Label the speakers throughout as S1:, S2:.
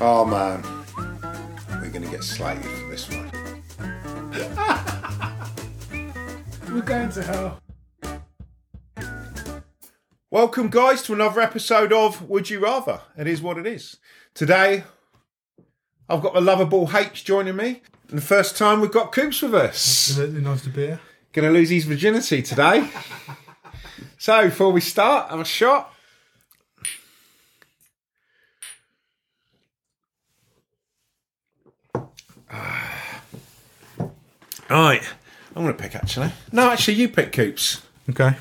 S1: Oh man, we're gonna get slated for this one.
S2: We're going to hell.
S1: Welcome, guys, to another episode of Would You Rather. It is what it is. Today, I've got the lovable H joining me. And the first time we've got Coops with us.
S2: Absolutely nice to be here.
S1: Gonna lose his virginity today. so, before we start, have a shot. Ah. Right, I'm gonna pick actually. No, actually, you pick Coops.
S2: Okay. I'm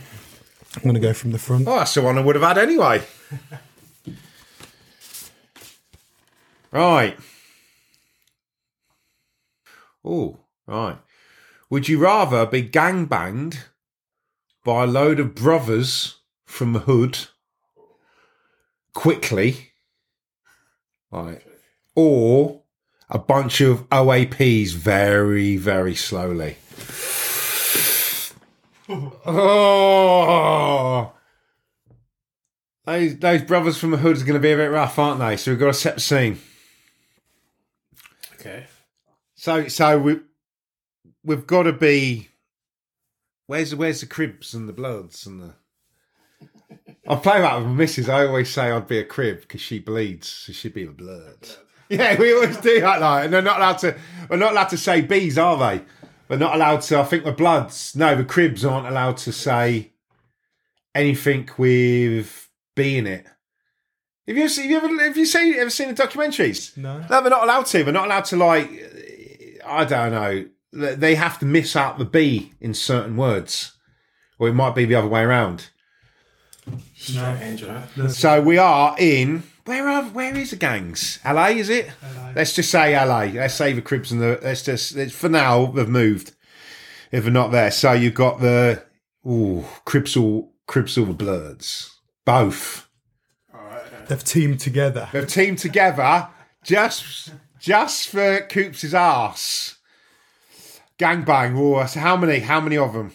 S2: going to go from the front.
S1: Oh, that's the one I would have had anyway. right. Oh, right. Would you rather be gang banged by a load of brothers from the hood quickly? Right. Or a bunch of OAPs very, very slowly. Oh, those those brothers from the hood is going to be a bit rough, aren't they? So we've got to set the scene.
S2: Okay.
S1: So so we we've got to be. Where's where's the cribs and the bloods and the. I'm playing that with my missus. I always say I'd be a crib because she bleeds, so she'd be a blood. Yeah, we always do that, like, and they're not allowed to. We're not allowed to say bees, are they? We're not allowed to. I think the bloods. No, the cribs aren't allowed to say anything with bee in it. Have you seen? Have you ever? Have you seen? Ever seen the documentaries?
S2: No.
S1: No, they're not allowed to. They're not allowed to like. I don't know. They they have to miss out the B in certain words, or it might be the other way around.
S2: No.
S1: So we are in where are where is the gangs? LA is it?
S2: LA.
S1: Let's just say LA. Let's say the cribs and the let's just it's, for now they've moved. If they're not there, so you've got the ooh cribs all cribs all the blurs both.
S2: They've teamed together.
S1: They've teamed together just just for Coops' ass. Gangbang. Oh, so how many? How many of them?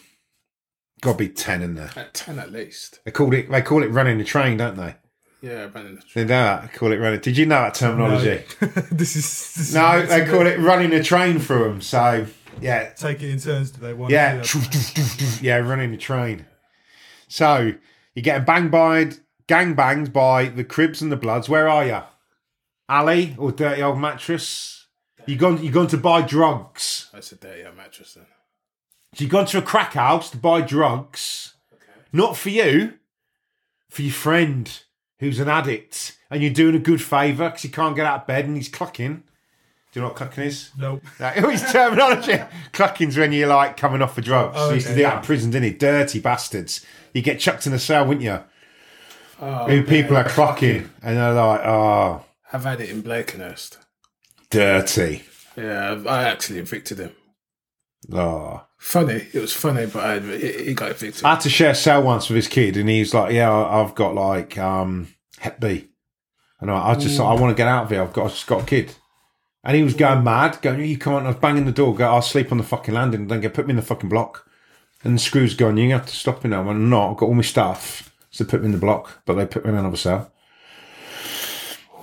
S1: Got to be ten in there.
S3: At ten at least.
S1: They called it. They call it running the train, don't they?
S3: Yeah, running the
S1: They know that. They call it running. Did you know that terminology?
S2: this is. This
S1: No,
S2: is
S1: they call it running a train through them. So yeah,
S2: Take it in turns, do they? One
S1: yeah,
S2: or the
S1: yeah, running the train. So you're getting banged by, gang banged by the Cribs and the Bloods. Where are you, alley or dirty old mattress? You gone? You gone to buy drugs?
S3: That's a dirty old mattress then.
S1: So you gone to a crack house to buy drugs, not for you, for your friend who's an addict, and you're doing a good favour because he can't get out of bed and he's clucking. Do you know what clucking is?
S2: other? Nope.
S1: That it was terminology. Clucking's when you're like coming off for drugs.
S2: Oh,
S1: you used to
S2: okay,
S1: do that in prison, didn't you? Dirty bastards. You get chucked in a cell, wouldn't you?
S3: Oh,
S1: Who people are clocking and they're like, oh,
S3: I've had it in Blakenhurst.
S1: dirty.
S3: Yeah, I've- I actually evicted him.
S1: Oh.
S3: Funny, it was funny, but I, he he got evicted.
S1: I had to share a cell once with his kid, and he was like, "Yeah, I- I've got like um, Hep B," and I, I just I want to get out of here. I've got I just got a kid, and he was going mad, going, "You can't!" I was banging the door, go, "I'll sleep on the fucking landing." Then get put me in the fucking block, and the screws going. You have to stop me now. I went, "No, I've got all my stuff." So they put me in the block, but they put me in another cell.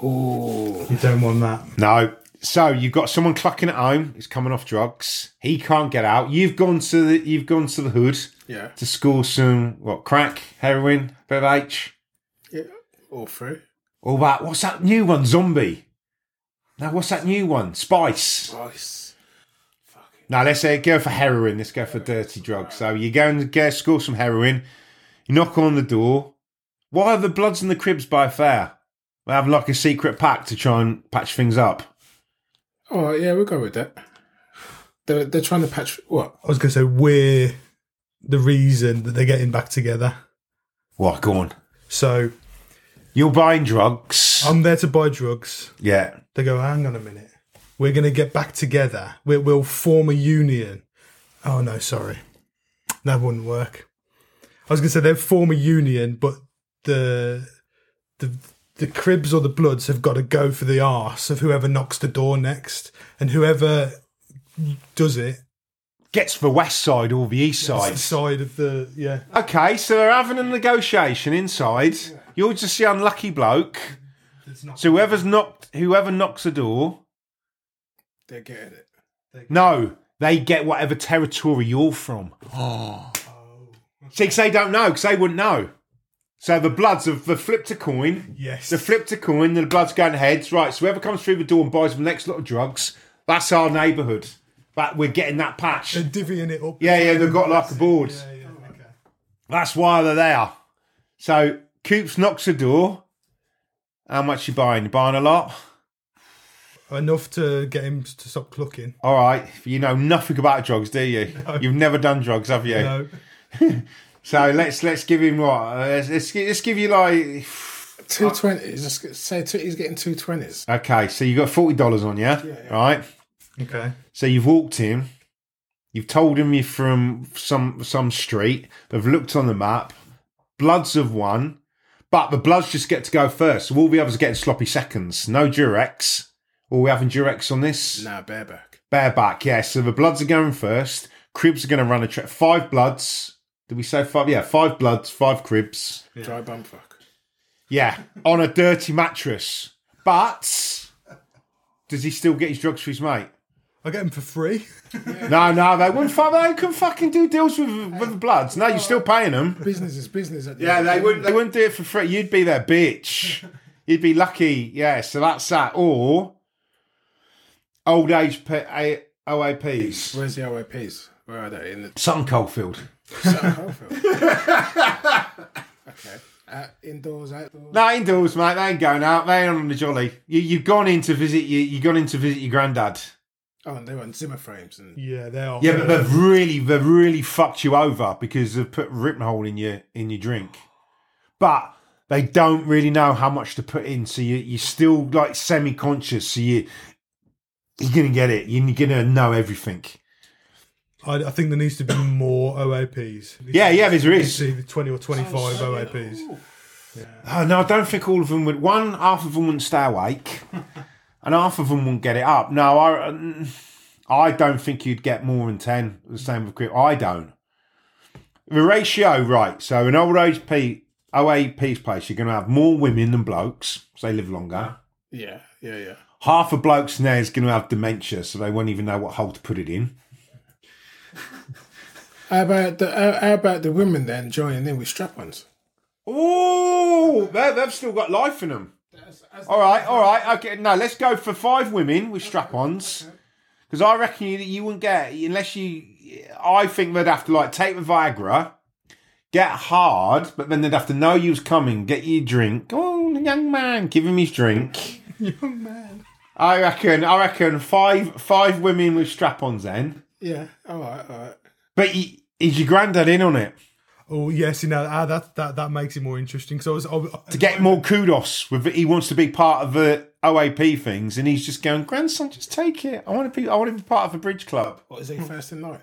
S2: You don't want that.
S1: No. So you've got someone clucking at home. He's coming off drugs. He can't get out. You've gone to the you've gone to the hood
S3: yeah.
S1: to score some what crack, heroin, bit of H.
S3: yeah, all through.
S1: All that. Oh, What's that new one? Zombie. Now, what's that new one? Spice.
S3: Rice.
S1: Now, let's say go for heroin. Let's go for dirty drugs. So you go and get, score some heroin. You knock on the door. Why are the Bloods and the Cribs by fair? They have like a secret pact to try and patch things up.
S3: All right, yeah, we'll go with that. They're, they're trying to patch what?
S2: I was going to say we're the reason that they're getting back together.
S1: What? Go on.
S2: So
S1: You're buying drugs.
S2: I'm there to buy drugs.
S1: yeah.
S2: They go, hang on a minute. We're going to get back together. We, we'll form a union. Oh, no, sorry. That wouldn't work. I was going to say they'll form a union, but the, the, the cribs or the bloods have got to go for the arse of whoever knocks the door next. And whoever does it,
S1: Gets the west side or the east
S2: it's
S1: side.
S2: the side of the, yeah.
S1: Okay, so they're having a negotiation inside. You're just the unlucky bloke
S2: that's not.
S1: So whoever's knocked, whoever knocks a door,
S3: They're getting it.
S1: no, they get whatever territory you're from.
S2: Oh,
S1: See, 'cause they don't know, because they wouldn't know. So the Bloods have have flipped a coin.
S2: yes.
S1: They flipped a coin, the Bloods going heads. Right, so whoever comes through the door and buys the next lot of drugs, that's our neighbourhood. But we're getting that patch.
S2: They're divvying it up.
S1: Yeah, yeah, they've got like a board.
S2: Yeah, yeah, okay.
S1: That's why they're there. So Coops knocks the door. How much you buying? You buying a lot?
S2: Enough to get him to stop clucking.
S1: All right. You know nothing about drugs, do you? You've never done drugs, have you?
S2: No.
S1: So let's let's give him what? Uh, Let's, let's, gi- let's give you like. Ah.
S3: Two twenties. Let's get- say two, he's getting two twenties.
S1: Okay, so you got forty dollars on you,
S3: yeah.
S1: right?
S2: Okay.
S1: So you've walked in, you've told him you're from some some street. They've looked on the map. Bloods have won, but the Bloods just get to go first. So all the others are getting sloppy seconds. No Durex. Are we having Durex on this?
S3: Nah, bareback.
S1: Bareback, yeah. So the Bloods are going first. Cribs are going to run a trip. Five Bloods. Did we say five? Yeah, five Bloods, five Cribs.
S3: Dry bum fuck.
S1: Yeah, on a dirty mattress. But does he still get his drugs for his mate?
S2: I get him for free.
S1: No, no, they wouldn't. Fuck, they can fucking do deals with with the Bloods. No, you're still paying them.
S3: Business is business. At the
S1: Yeah,
S3: end of
S1: they
S3: the
S1: wouldn't. They wouldn't do it for free. You'd be their bitch. You'd be lucky. Yeah, so that's that. Or old age p- a-
S3: day.
S1: OAPs.
S3: Where's the OAPs? Where are they? In the
S1: Sun Coalfield.
S3: Sutton Coldfield. okay. Uh, indoors, outdoors.
S1: No, indoors, mate. They ain't going out. They ain't on the jolly. You, you've gone in to visit. You, you gone in to visit your granddad.
S3: Oh, and they were on Zimmer frames and
S2: Yeah, they are.
S1: Yeah, but they've really, they've really fucked you over because they've put Rippenhole in your in your drink. But they don't really know how much to put in, so you, you're still like semi-conscious. So you you're gonna get it. You're gonna know everything.
S2: I, I think there needs to be more OAPs.
S1: Yeah, yeah, there
S2: You
S1: is.
S2: see the 20 or 25 OAPs.
S1: Oh, no, I don't think all of them would. One, half of them wouldn't stay awake, and half of them wouldn't get it up. No, I, mm, I don't think you'd get more than ten. The same with grip. I don't. The ratio, right? So an old age P, OAP's place, you're going to have more women than blokes, so they live longer.
S3: yeah, yeah, yeah.
S1: Half of blokes now is going to have dementia, so they won't even know what hole to put it in.
S3: How about the how, how about the women then joining in with strap-ons?
S1: Oh, they- they've still got life in them. All right, all right. Okay, no, let's go for five women with strap-ons, because I reckon you, you wouldn't get unless you. I think they'd have to like take the Viagra, get hard, but then they'd have to know you was coming, get you a drink. Oh, the young man, give him his drink.
S2: Young man.
S1: I reckon. I reckon five five women with strap-ons then.
S3: Yeah, all right, all right.
S1: But y is your granddad in on it
S2: Oh, yeah, see, now ah, that, that, that makes it more interesting. Because I was. I, was-
S1: to get more kudos? With he wants to be part of the OAP things, and he's just going, grandson, just take it. I want to be. I want to be part of a bridge club.
S3: What is he first in line?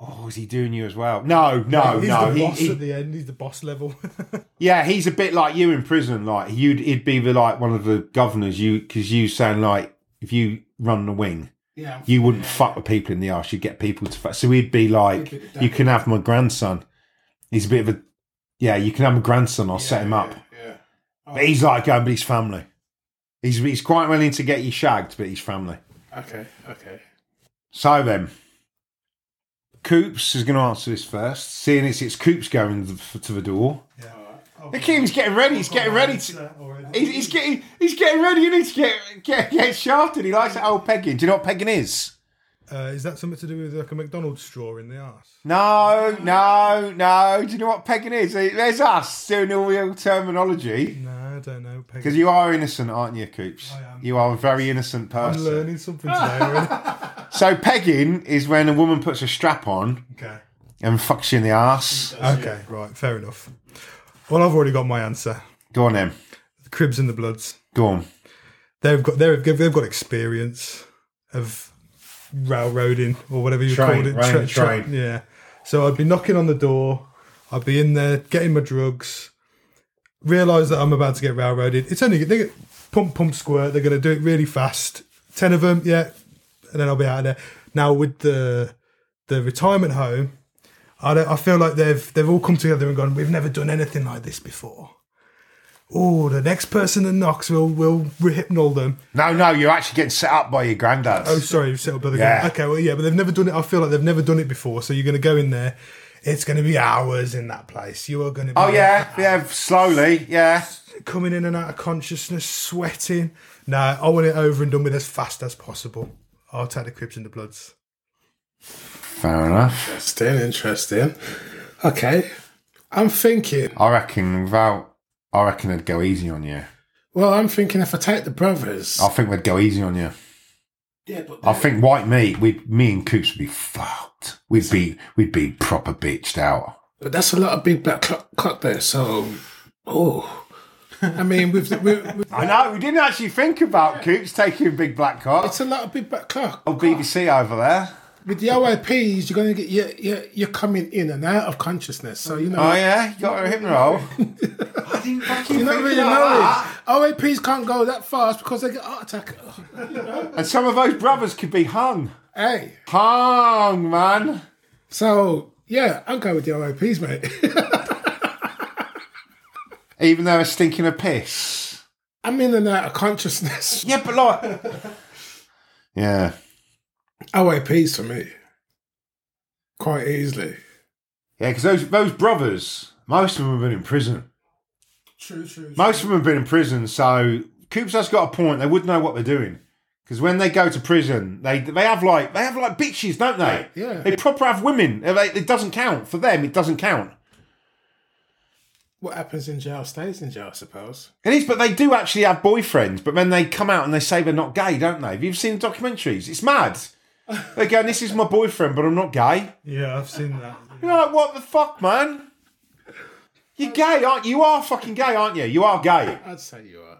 S1: Oh, is he doing you as well? No, no,
S2: He's
S1: Oh, no.
S2: the
S1: He-
S2: boss
S1: he-
S2: at the end. He's the boss level.
S1: yeah, he's a bit like you in prison. Like you'd, he'd be the like one of the governors. You because you sound like if you run the wing,
S3: Yeah,
S1: you wouldn't fuck with people in the arse. You'd get people to fuck. So he'd be like,
S3: He'd be the
S1: you can have my grandson. He's a bit of a yeah. You can have my grandson. I'll set him up.
S3: Yeah,
S1: But he's like going, but he's family. He's he's quite willing to get you shagged, but he's family.
S3: okay, okay.
S1: So then, Coops is going to answer this first, seeing it's it's Coops going to the, to the door.
S2: yeah.
S1: The king's getting ready. He's getting ready to. He's, he's getting he's getting ready. He needs to get get get shafted. He likes that old pegging. Do you know what pegging is?
S2: Uh, is that something to do with like a McDonald's straw in the arse?
S1: No, no, no. Do you know what pegging is? There's us doing all the old terminology.
S2: No, I don't know.
S1: Because
S2: Peggy.
S1: you are innocent, aren't you, Coops?
S2: I am.
S1: You are a very innocent
S2: I'm
S1: person.
S2: learning something today. already.
S1: So pegging is when a woman puts a strap on
S2: okay.
S1: and fucks you in the ass.
S2: Okay, right, fair enough. Well, I've already got my answer.
S1: Go on, then.
S2: The Cribs and the Bloods.
S1: Go on.
S2: They've got they've, they've got experience of railroading or whatever you
S1: Train,
S2: called it.
S1: running a train.
S2: Yeah. So I'd be knocking on the door. I'd be in there getting my drugs. Realise that I'm about to get railroaded. It's only they get pump, pump, squirt. They're going to do it really fast. Ten of them, yeah, and then I'll be out of there. Now with the the retirement home, I, don't, I feel like they've they've all come together and gone. We've never done anything like this before. oh, the next person that knocks will will rehypnol them.
S1: No, no, you're actually getting set up by your granddad.
S2: Oh, sorry, you've settled by the
S1: Yeah.
S2: Okay, well, yeah, but they've never done it. I feel like they've never done it before. So you're going to go in there. It's going to be hours in that place. You are going to. be
S1: oh yeah, yeah, slowly, yeah.
S2: coming in and out of consciousness, sweating. No, I want it over and done with as fast as possible. I'll take the Crips and the Bloods.
S1: Fair enough.
S3: Interesting, interesting. Okay. I'm thinking,
S1: I reckon without, I reckon they'd go easy on you.
S3: well, I'm thinking if I take the brothers.
S1: I think they'd go easy on you.
S3: yeah, but
S1: I think white meat, we, me and Coops would be fucked. We'd be, we'd be proper bitched out.
S3: But that's a lot of big black clock, clock there. So, oh, I mean, with, the- with, with
S1: I know. We didn't actually think about Coops taking big black cock.
S3: it's a lot of big black clock.
S1: Or BBC over there.
S3: With the OIPs, you're gonna get you're, you're, you're coming in and out of consciousness. So you know,
S1: Oh yeah, you got a hip roll. I didn't fucking
S3: you
S1: think
S3: don't really
S1: about
S3: know
S1: that.
S3: it. OIPs can't go that fast because they get heart attack.
S1: And some of those brothers could be hung.
S3: Hey,
S1: Hung, man.
S3: so yeah, I'll go with the OIPs, mate.
S1: Even though they're stinking of piss.
S3: I'm in and out of consciousness.
S1: Yeah, but like. yeah.
S3: OIPs for me, quite easily.
S1: Yeah, because those, those brothers, most of them have been in prison.
S3: True, true.
S1: Most of them have been in prison, so Coops has got a point. They would know what they're doing. Because when they go to prison, they they have like they have like bitches, don't they?
S3: Yeah.
S1: They proper have women. They- It doesn't count for them. It doesn't count.
S3: What happens in jail stays in jail, I suppose.
S1: It is, but they do actually have boyfriends, but then they come out and they say they're not gay, don't they? Have you seen documentaries? It's mad. They go, this is my boyfriend, but I'm not gay.
S2: Yeah, I've seen that.
S1: You're like, what the fuck, man? You're gay, aren't you? You are fucking gay, aren't you? You are gay.
S3: I'd say you are.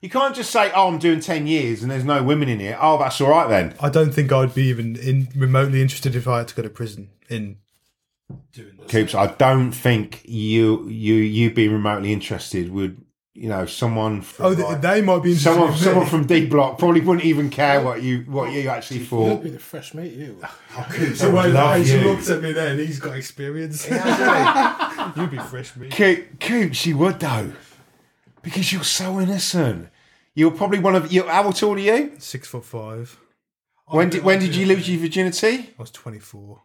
S1: You can't just say, oh, I'm doing 10 years and there's no women in here. Oh, that's all right then.
S2: I don't think I'd be even in remotely interested if I had to go to prison. In
S1: Coops, I don't think you you you being remotely interested would you know someone from
S2: oh, th-
S1: like-
S2: they might be interested.
S1: someone
S2: in me.
S1: someone from D Block probably wouldn't even care what you what you actually
S3: You'll
S1: thought.
S3: be the fresh meat, you.
S1: Coops,
S2: The way that Asia
S1: you.
S2: looked at me then, he's got experience. You'd be fresh meat.
S1: Coo- Coops, you would though, because you're so innocent. You're probably one of you. How tall are you?
S2: Six foot five.
S1: When did when did you lose your virginity?
S2: I was twenty four.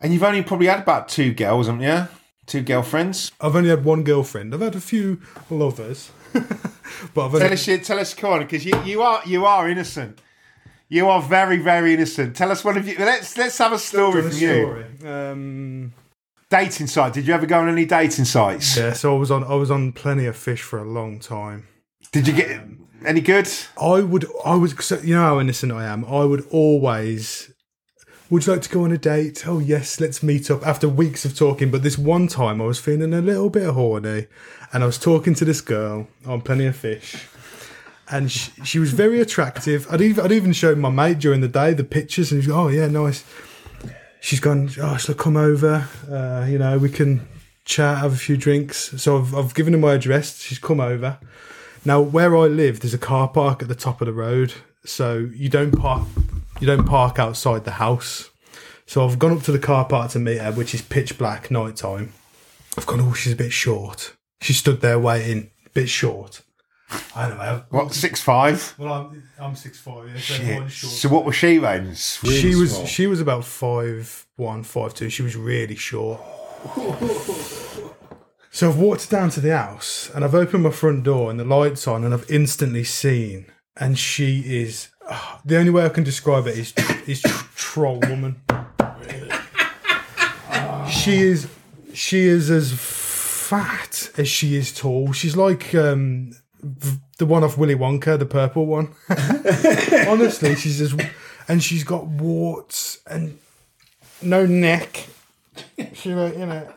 S1: And you've only probably had about two girls, haven't you? Two girlfriends.
S2: I've only had one girlfriend. I've had a few lovers, but I've
S1: Tell
S2: only,
S1: us, your- tell us, Corner, because you, you are you are innocent. You are very very innocent. Tell us one of you. Let's let's have a story from you.
S2: Um,
S1: Dating site. Did you ever go on any dating sites?
S2: yeah, so I was on I was on plenty of fish for a long time.
S1: Did you get any good?
S2: I would, I would, so you know how innocent I am. I would always. Would you like to go on a date? Oh yes, let's meet up. After weeks of talking, but this one time I was feeling a little bit horny, and I was talking to this girl on Plenty of Fish, and she, she was very attractive. I'd even, I'd even shown my mate during the day the pictures, and he's oh yeah, nice. She's gone. Oh, she'll come over. Uh, you know, we can chat, have a few drinks. So I've, I've given her my address. She's come over. Now, where I live, there's a car park at the top of the road, so you don't park you don't park outside the house. So I've gone up to the car park to meet her, which is pitch black night time. I've gone, oh, she's a bit short. She stood there waiting, a bit short. I don't know.
S1: What six five?
S2: Well, I'm I'm six five. Yeah, so
S1: Yeah.
S2: everyone's short.
S1: So what was she then? Really
S2: She was
S1: small.
S2: she was about five one, five two. She was really short. so I've walked down to the house and I've opened my front door and the lights on and I've instantly seen and she is ah, the only way I can describe it is is troll woman. she is she is as fat as she is tall. She's like um v- the one off Willy Wonka, the purple one. Honestly, she's just, and she's got warts and no neck. She, like, you know,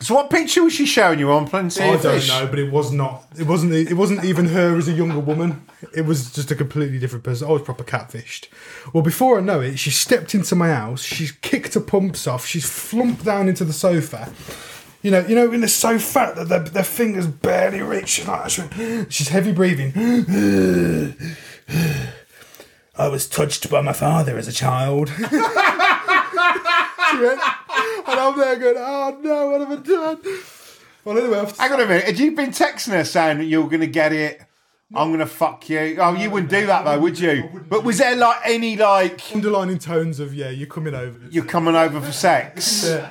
S1: So what picture was she showing you on Plenty
S2: I
S1: of
S2: don't
S1: Fish?
S2: know, but it was not. It wasn't. It wasn't even her as a younger woman. It was just a completely different person. I was proper catfished. Well, before I know it, she stepped into my house. She's kicked her pumps off. She's flumped down into the sofa. You know, you know, when they're so fat that their, their fingers barely reach. She's like, she- she's heavy breathing. I was touched by my father as a child. She went- and I'm there going, oh no, what have I done? Well, anyway, I've-
S1: Hang on a minute. Had you been texting her saying that you're going to get it? I'm going to fuck you. Oh, you wouldn't do that though, would you? But was there like any like
S2: underlining tones of yeah, you're coming over.
S1: you're coming over for sex?
S2: Yeah.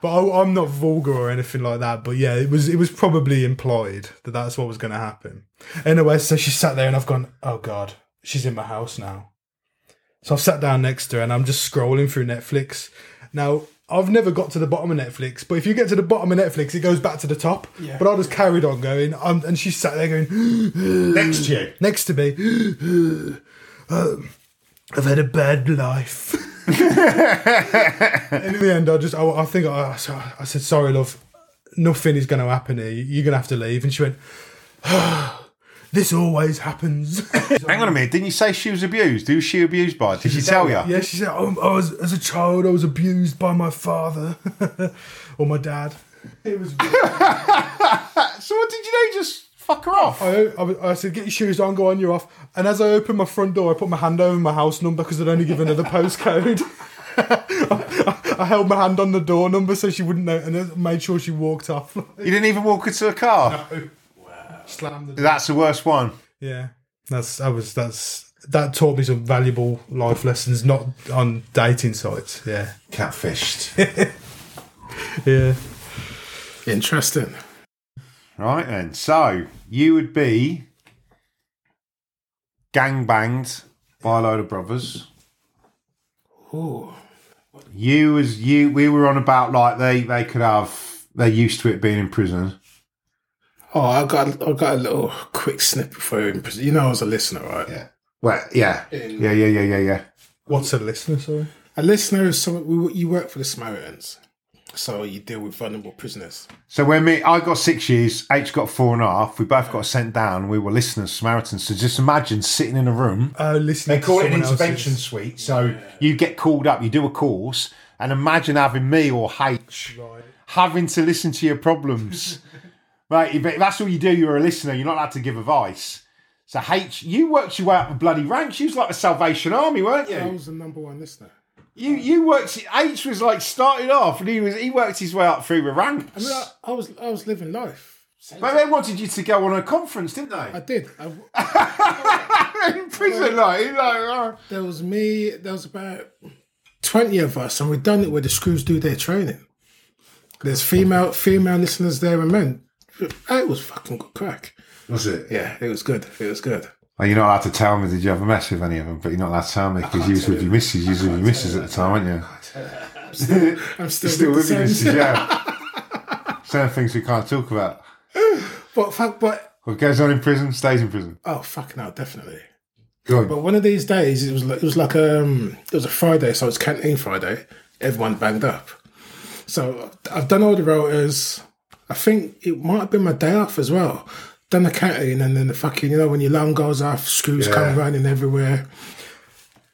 S2: But I, I'm not vulgar or anything like that. But yeah, it was it was probably implied that that's what was going to happen. Anyway, so she sat there, and I've gone, oh god, she's in my house now. So I've sat down next to her, and I'm just scrolling through Netflix. Now I've never got to the bottom of Netflix, but if you get to the bottom of Netflix, it goes back to the top.
S3: Yeah.
S2: But I just carried on going, um, and she sat there going
S1: Next to you.
S2: next to me. "Um, I've had a bad life. and in the end, I just, I, I think I, I said, sorry, love, nothing is going to happen here. You're going to have to leave. And she went, "Ah, this always happens.
S1: Hang on a minute. Didn't you say she was abused? Who was she abused by? Did she tell you?
S2: yeah, she said, "Um, I was, as a child, I was abused by my father or my dad. It was.
S1: So what did you do? Just fuck her off.
S2: I, I, I said, get your shoes on, go on, you're off. And as I opened my front door, I put my hand over my house number because I'd only give another postcode. I, I held my hand on the door number so she wouldn't know, and I made sure she walked off.
S1: You didn't even walk her to a car.
S2: Slammed the
S1: That's the worst one.
S2: Yeah, that's I was that's that taught me some valuable life lessons, not on dating sites. Yeah,
S1: Catfished.
S2: yeah.
S3: Interesting.
S1: right then. So you would be gang banged by a load of brothers.
S3: Oh,
S1: You as you, we were on about like they they could have they're used to it being in prison.
S3: oh, I got I got a little quick snippet for you. in prison. You know, I was a listener, right?
S1: Yeah. Well, yeah, yeah, yeah, yeah, yeah, yeah.
S2: What's a listener? Sorry.
S3: A listener is someone we- you work for the Samaritans, so you deal with vulnerable prisoners.
S1: So when me, I got six years, H got four and a half. We both got sent down. We were listeners, Samaritans. So just imagine sitting in a room.
S2: Oh, listening.
S1: They call it
S2: to
S1: an
S2: someone else's-
S1: intervention suite. So you get called up, you do a course, and imagine having me or H having to listen to your problems. right, if that's all you do. You're a listener. You're not allowed to give advice. So H, you worked your way up the bloody ranks. You was like the Salvation Army, weren't you?
S3: I was the number one listener.
S1: You you worked. H was like starting off, and he was he worked his way up through the ranks.
S3: I mean, I, I was I was living life.
S1: but they wanted you to go on a conference, didn't
S3: I
S1: they?
S3: did. I,
S1: in prison, like, like oh.
S3: there was me. There was about twenty of us, and we done it where the screws do their training. There's female female listeners there and men. It was fucking good crack.
S1: was it?
S3: Yeah, it was good. It was good.
S1: Well, you're not allowed to tell me. Did you have a mess with any of them? But you're not allowed to tell me because you was with your missus. You was with your missus at the time, weren't you?
S3: I'm still,
S1: Still
S3: with
S1: with
S3: the
S1: your missus,
S3: same-
S1: yeah. Certain things we can't talk about.
S3: But fuck, but
S1: What goes on in prison stays in prison.
S3: oh fuck no, definitely.
S1: Go on.
S3: But one of these days, it was like, it was like um, it was a Friday, so it's canteen Friday. Everyone banged up. So I've done all the rotors. I think it might have been my day off as well. Done the canteen, and then the fucking you know when your alarm goes off, screws
S1: Yeah.
S3: come running everywhere.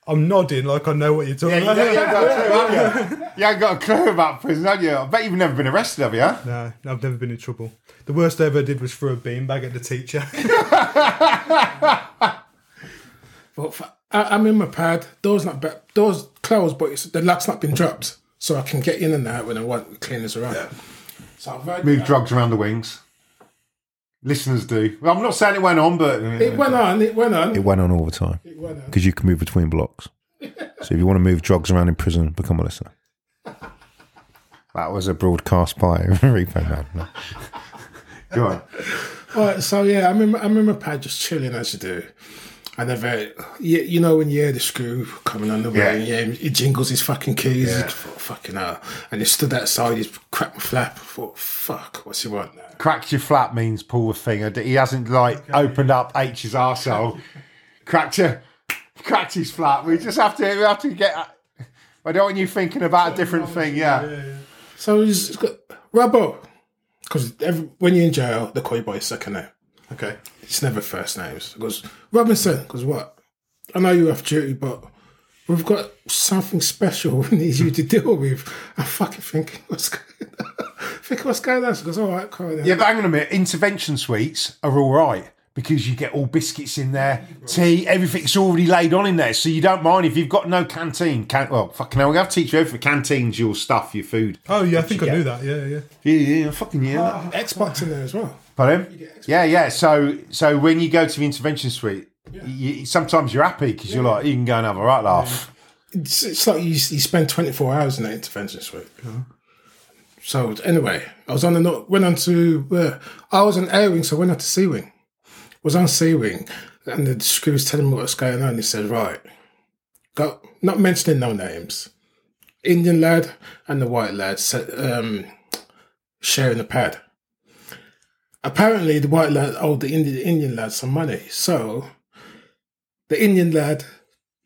S2: I'm nodding like I know what you're
S1: You
S2: talking about.
S1: ain't got a clue, have you? You ain't got a clue about prison, have you? I bet you've never been arrested, have you?
S2: No, no, I've never been in trouble. The worst I ever did was throw a beanbag at the teacher.
S3: But fu- I, am in my pad. Doors not ba- doors closed, but it's, the lock's not been dropped, so I can get in and out when I want. with Cleaners around. So I've read,
S1: Move drugs around the wings. Listeners do. Well, I'm not saying it went on, but
S3: it went on. It went on.
S4: It went on all the time
S3: went on.
S4: because you can move between blocks. so if you want to move drugs around in prison, become a listener.
S1: that was a
S4: Broadcast by Repo Man. No.
S1: Go on.
S3: Right, so yeah, I'm in, I'm in my pad just chilling as you do. And I've heard, you, you know, when you hear the screw coming on the way,
S1: Yeah.
S3: and yeah, he jingles his fucking keys,
S1: Yeah.
S3: he's fu- fucking hell. And he stood outside, he's cracked my flap. I thought, fuck, what's he want now?
S1: Cracked your flap means pull the finger. He hasn't like opened up H's arsehole. cracked your, cracked his flap. We just have to. We have to get. I don't want you thinking about a different thing. Yeah.
S3: So he's got Robbo. Because when you're in jail, they call you by your second name.
S1: Okay.
S3: It's never first names. He goes, Robinson, because what? I know you're off duty, but we've got something special we need you to deal with. I'm fucking thinking, what's going on? Thinking, what's going on? She goes, all right, cool.
S1: Yeah, but hang on a minute. Intervention suites are all right because you get all biscuits in there, tea, everything's already laid on in there. So you don't mind if you've got no canteen. Can- well, fucking hell, we have to teach you everything. Canteens, your stuff, your food.
S2: Oh yeah, I think I knew that. Yeah, yeah.
S1: Yeah, yeah, fucking yeah. that-
S3: Xbox in there as well.
S1: Pardon? Yeah, yeah. So, so when you go to the intervention suite, you, sometimes you're happy because you're like, you can go and have a right laugh.
S3: It's, it's like you, you spend 24 hours in that intervention suite. So anyway, I was on the no- went on to uh, I was on A wing, so I went on to C wing. Was on C wing, and the screw was telling me what's going on. He said, "Right, got not mentioning no names. Indian lad and the white lad said, um, sharing a pad. Apparently, the white lad owed the Indian, Indian lad some money. So the Indian lad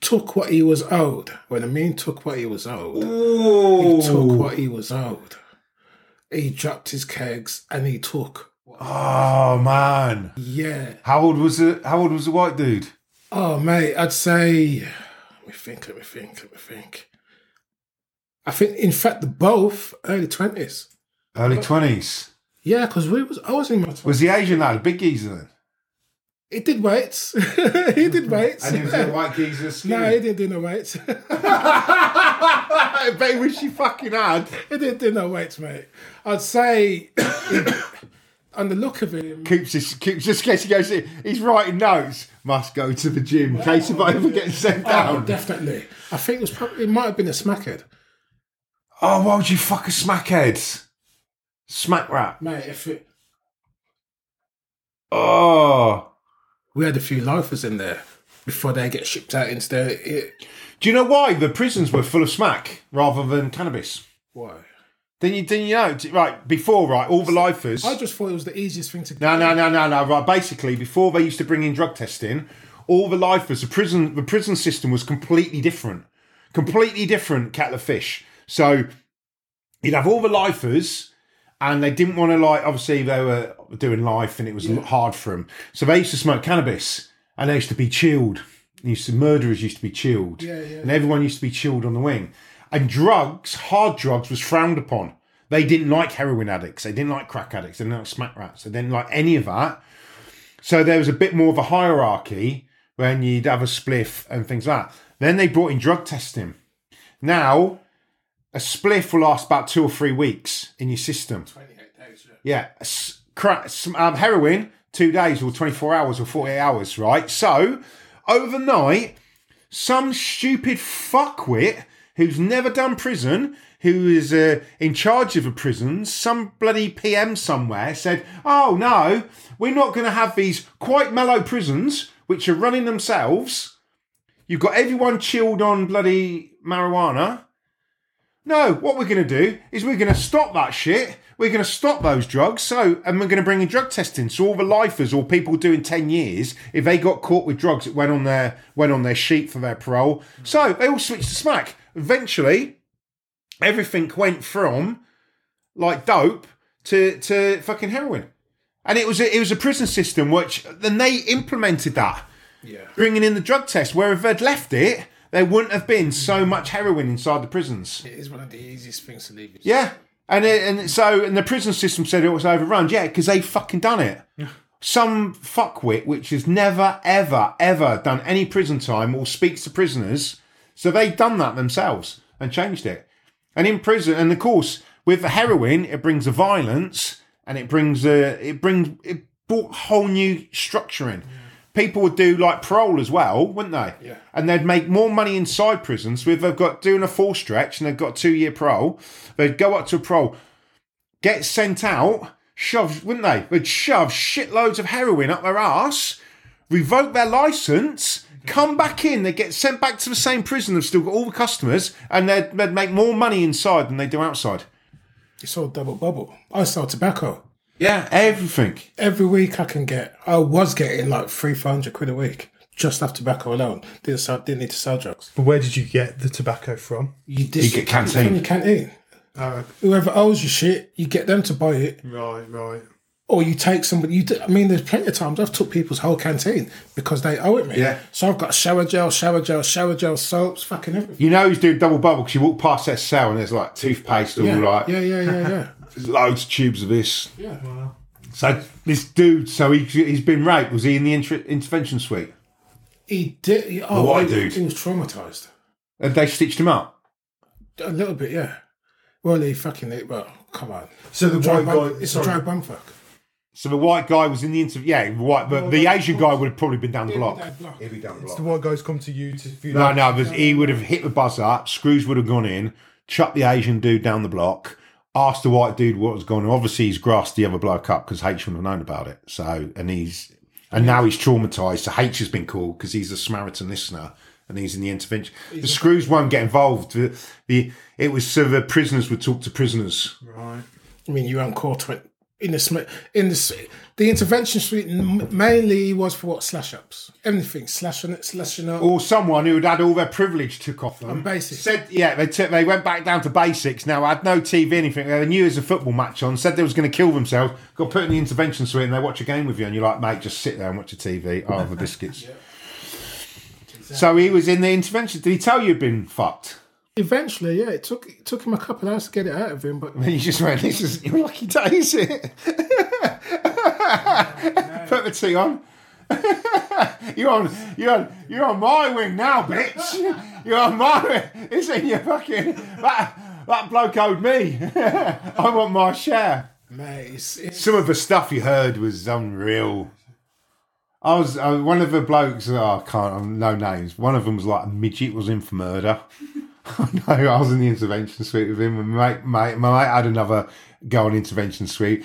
S3: took what he was owed. When I mean took what he was owed, he took what he was owed. He dropped his kegs and he took.
S1: Oh man,
S3: Yeah.
S1: how old was the how old was the white dude?
S3: Oh, mate, I'd say. Let me think, let me think, let me think. I think, in fact, the both early 20s.
S1: Early twenties.
S3: Yeah, because we was, I was in my 20s.
S1: Was the Asian lad a big geezer then?
S3: He did weights. he did weights.
S1: white geezer.
S3: no, he didn't do no weights.
S1: I bet he wish he fucking had.
S3: he didn't do no weights, mate. I'd say, on the look of him,
S1: Coops just Coops just in case he goes. He's writing notes. Must go to the gym in case if I ever get sent
S3: oh,
S1: down.
S3: definitely. I think it was probably, it might have been a smackhead.
S1: Oh, why would you fuck a smackhead? Smack rap.
S3: Mate, if it,
S1: Oh.
S3: we had a few lifers in there before they get shipped out into the. It,
S1: Do you know why the prisons were full of smack rather than cannabis?
S3: why?
S1: Then you, then you know, right, before, right, all the lifers.
S3: I just thought it was the easiest thing to.
S1: No, no, no, no, no. Right, basically, before they used to bring in drug testing, all the lifers, the prison, the prison system was completely different, completely different kettle of fish. So you'd have all the lifers, and they didn't want to like. Obviously, they were doing life, and it was hard for them. So they used to smoke cannabis, and they used to be chilled. And used to murderers used to be chilled,
S3: yeah.
S1: and everyone used to be chilled on the wing. And drugs, hard drugs, was frowned upon. They didn't like heroin addicts. They didn't like crack addicts. They didn't like smack rats. They didn't like any of that. So there was a bit more of a hierarchy when you'd have a spliff and things like that. Then they brought in drug testing. Now, a spliff will last about two or three weeks in your system. 28 days, yeah. a s- cra- some, um, heroin, two days or 24 hours or 48 hours, right? So overnight, some stupid fuckwit who's never done prison, who is uh, in charge of a prison, some bloody PM somewhere said, Oh no, we're not going to have these quite mellow prisons which are running themselves. You've got everyone chilled on bloody marijuana. No, what we're going to do is we're going to stop that shit. We're going to stop those drugs. So, and we're going to bring in drug testing. So all the lifers or people doing ten years, if they got caught with drugs, it went on their went on their sheet for their parole. So they all switched to smack. Eventually, everything went from like dope to to fucking heroin, and it was a, it was a prison system which then they implemented that
S3: Yeah.
S1: bringing in the drug test. Where if they'd left it, there wouldn't have been so much heroin inside the prisons.
S3: It is one of the easiest things to leave.
S1: Yeah, and it, and so and the prison system said it was overrun. Yeah, because they fucking done it. Some fuckwit which has never ever ever done any prison time or speaks to prisoners, so they done that themselves and changed it. And in prison, and of course with the heroin, it brings the violence and it brings the it brings it brought a whole new structure in. People would do like parole as well, wouldn't they?
S3: Yeah.
S1: And they'd make more money inside prisons if they've got doing a full stretch and they've got two year parole. They'd go up to a parole, get sent out, shove, wouldn't they? They'd shove shitloads of heroin up their ass, revoke their license, come back in, they get sent back to the same prison, they've still got all the customers, and they'd, they'd make more money inside than they do outside.
S3: It's all double bubble. I sell tobacco.
S1: Yeah, everything.
S3: Every week I can get, I was getting like 300 quid a week just off tobacco alone. Didn't, sell, didn't need to sell drugs.
S2: But where did you get the tobacco from?
S3: You did.
S1: You get canteen.
S3: From your canteen. Whoever owes you shit, you get them to buy it.
S2: Uh, Right, right.
S3: or you take somebody. You, do- I mean, there's plenty of times I've took people's whole canteen because they owe it me.
S1: Yeah.
S3: So I've got shower gel, shower gel, shower gel, soaps, fucking everything.
S1: You know he's doing double bubble because you walk past that cell and there's like toothpaste all
S3: Yeah,
S1: like
S3: yeah, yeah, yeah, yeah.
S1: loads of tubes of this.
S3: Yeah.
S1: Wow. So this dude, so he he's been raped. Was he in the inter- intervention suite?
S3: He did. he- Oh,
S1: white
S3: he,
S1: dude.
S3: He was traumatized.
S1: And they stitched him up.
S3: A little bit, yeah. Well, he fucking. Well, come on.
S2: So the
S3: Dry
S2: white guy.
S3: bum, it's
S2: sorry.
S3: a dry bum fuck.
S1: So the white guy was in the interview. Yeah, the white, but the Asian guy would have probably been down the block.
S3: down the block.
S1: He'd be down the
S2: It's
S1: block.
S2: the white guy's come to you to. if you
S1: No,
S2: like-
S1: no, it was, he would have hit the buzzer. Screws would have gone in, chucked the Asian dude down the block, asked the white dude what was going on. Obviously, he's grassed the other bloke up because H wouldn't have known about it. So, and he's and now he's traumatized. So H has been called because he's a Samaritan listener and he's in the intervention. the screws won't get involved. The, the it was so the prisoners would talk to prisoners.
S2: Right.
S3: I mean, you weren't caught when- in the sm- in the s- the intervention suite m- mainly was for what slash ups, everything slashing it, slashing up.
S1: or someone who had had all their privilege took off them.
S3: On basics.
S1: Said, yeah, they took, they went back down to basics. Now had no TV, anything. They knew there's a football match on. Said they was going to kill themselves. Got put in the intervention suite and they watch a game with you, and you're like, mate, just sit there and watch the TV. I'll have Oh, the biscuits. So he was in the intervention. Did he tell you he'd been fucked?
S3: Eventually, yeah, it took it took him a couple hours to get it out of him, but
S1: He just went, "This is your lucky day, is it?" Put the tea on. you're on, you're on, you're on my wing now, bitch. You're on my wing. It's in your fucking that that bloke owed me. I want my share.
S3: mate, it's, it's
S1: Some of the stuff you heard was unreal. I was uh, one of the blokes. Oh, I can't. um, No names. One of them was like a midget was in for murder. no, I was in the intervention suite with him, and my mate, my, my mate had another go on intervention suite,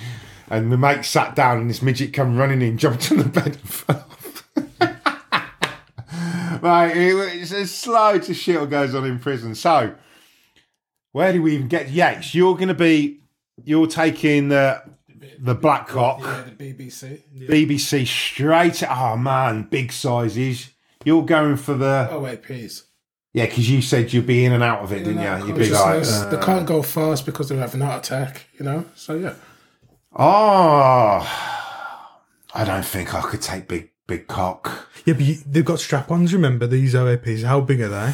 S1: and the mate sat down, and this midget come running in, jumped on the bed, and fell off. right, it, was- it's as slow to shit what goes on in prison. So, where do we even get? Yates, you're going to be, you're taking uh, the Black Hawk.
S3: yeah, the BBC.
S1: BBC straight. Oh man, big sizes. You're going for the
S3: Oh wait, please.
S1: yeah, because you said you'd be in and out of it, didn't you? You'd be like,
S3: Consciousness,
S1: uh,
S3: they can't go fast because they'll have an heart attack, you know. So yeah,
S1: uh, oh, I don't think I could take big big cock.
S2: Yeah, but you, they've got strap-ons. Remember these OAPs? How big are they?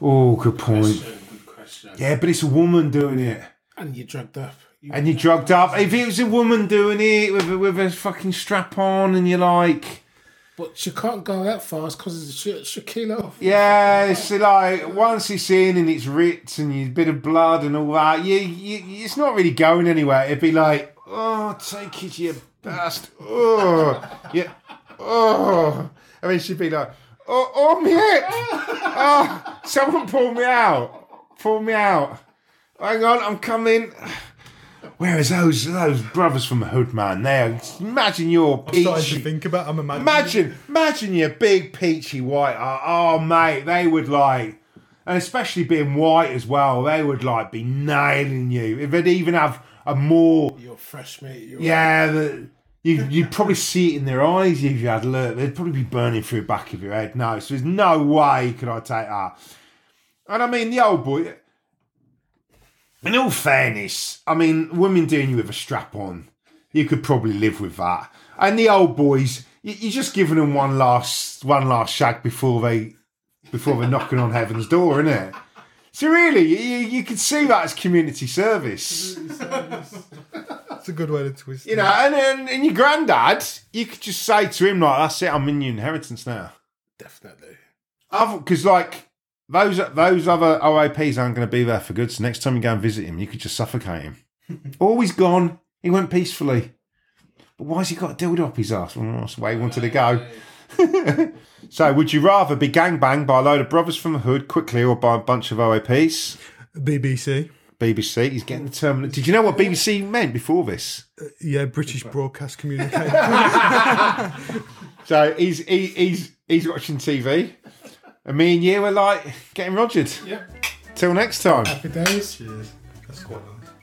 S1: Oh, good point.
S3: good question.
S1: Yeah, but it's a woman doing it,
S3: And you drugged up. You,
S1: and you're drugged up. If it was a woman doing it with a, with a fucking strap on, and you're like.
S3: but you can't go that fast because it's Sha- Shaquille. O'Neal.
S1: Yeah, it's like once it's in and it's ripped and you bit of blood and all that, you, you it's not really going anywhere. It'd be like, oh, take it, you bastard. Oh, yeah, oh. I mean, she'd be like, oh, oh, me hip. Oh, someone pull me out. Pull me out. Hang on, I'm coming. Whereas those those brothers from the hood, man, they are, imagine you're
S2: Starting
S1: peachy-
S2: to think about. I'm imagining.
S1: Imagine, imagine your big peachy white. eye. Oh, mate, they would like, and especially being white as well, they would like be nailing you. If they'd even have a more,
S3: You're fresh, mate. You're
S1: yeah, the, you, you'd probably see it in their eyes if you had a look. They'd probably be burning through the back of your head. No, so there's no way could I take that. And I mean, the old boy, in all fairness, I mean, women doing you with a strap on, you could probably live with that. And the old boys, you- you're just giving them one last one last shag before they before they're knocking on heaven's door, isn't it? So really, you- you, you could see that as community service,
S2: That's a good way to twist.
S1: you know. And, and and your granddad, you could just say to him like, "That's it, I'm in your inheritance now."
S3: definitely.
S1: because like those those other OAPs aren't going to be there for good. So next time you go and visit him, you could just suffocate him. oh, he's gone. He went peacefully. But why's he got a dildo up his ass? Well, that's the way he wanted to go. so, would you rather be gangbanged by a load of brothers from the hood quickly or by a bunch of OAPs?
S2: BBC.
S1: BBC, he's getting the terminal. Did you know what BBC meant before this?
S2: Yeah, British broadcast communication.
S1: So he's he, he's he's watching TV, and me and you are like getting rogered.
S3: Yeah.
S1: Till next time.
S3: Happy days.
S2: That's quite nice.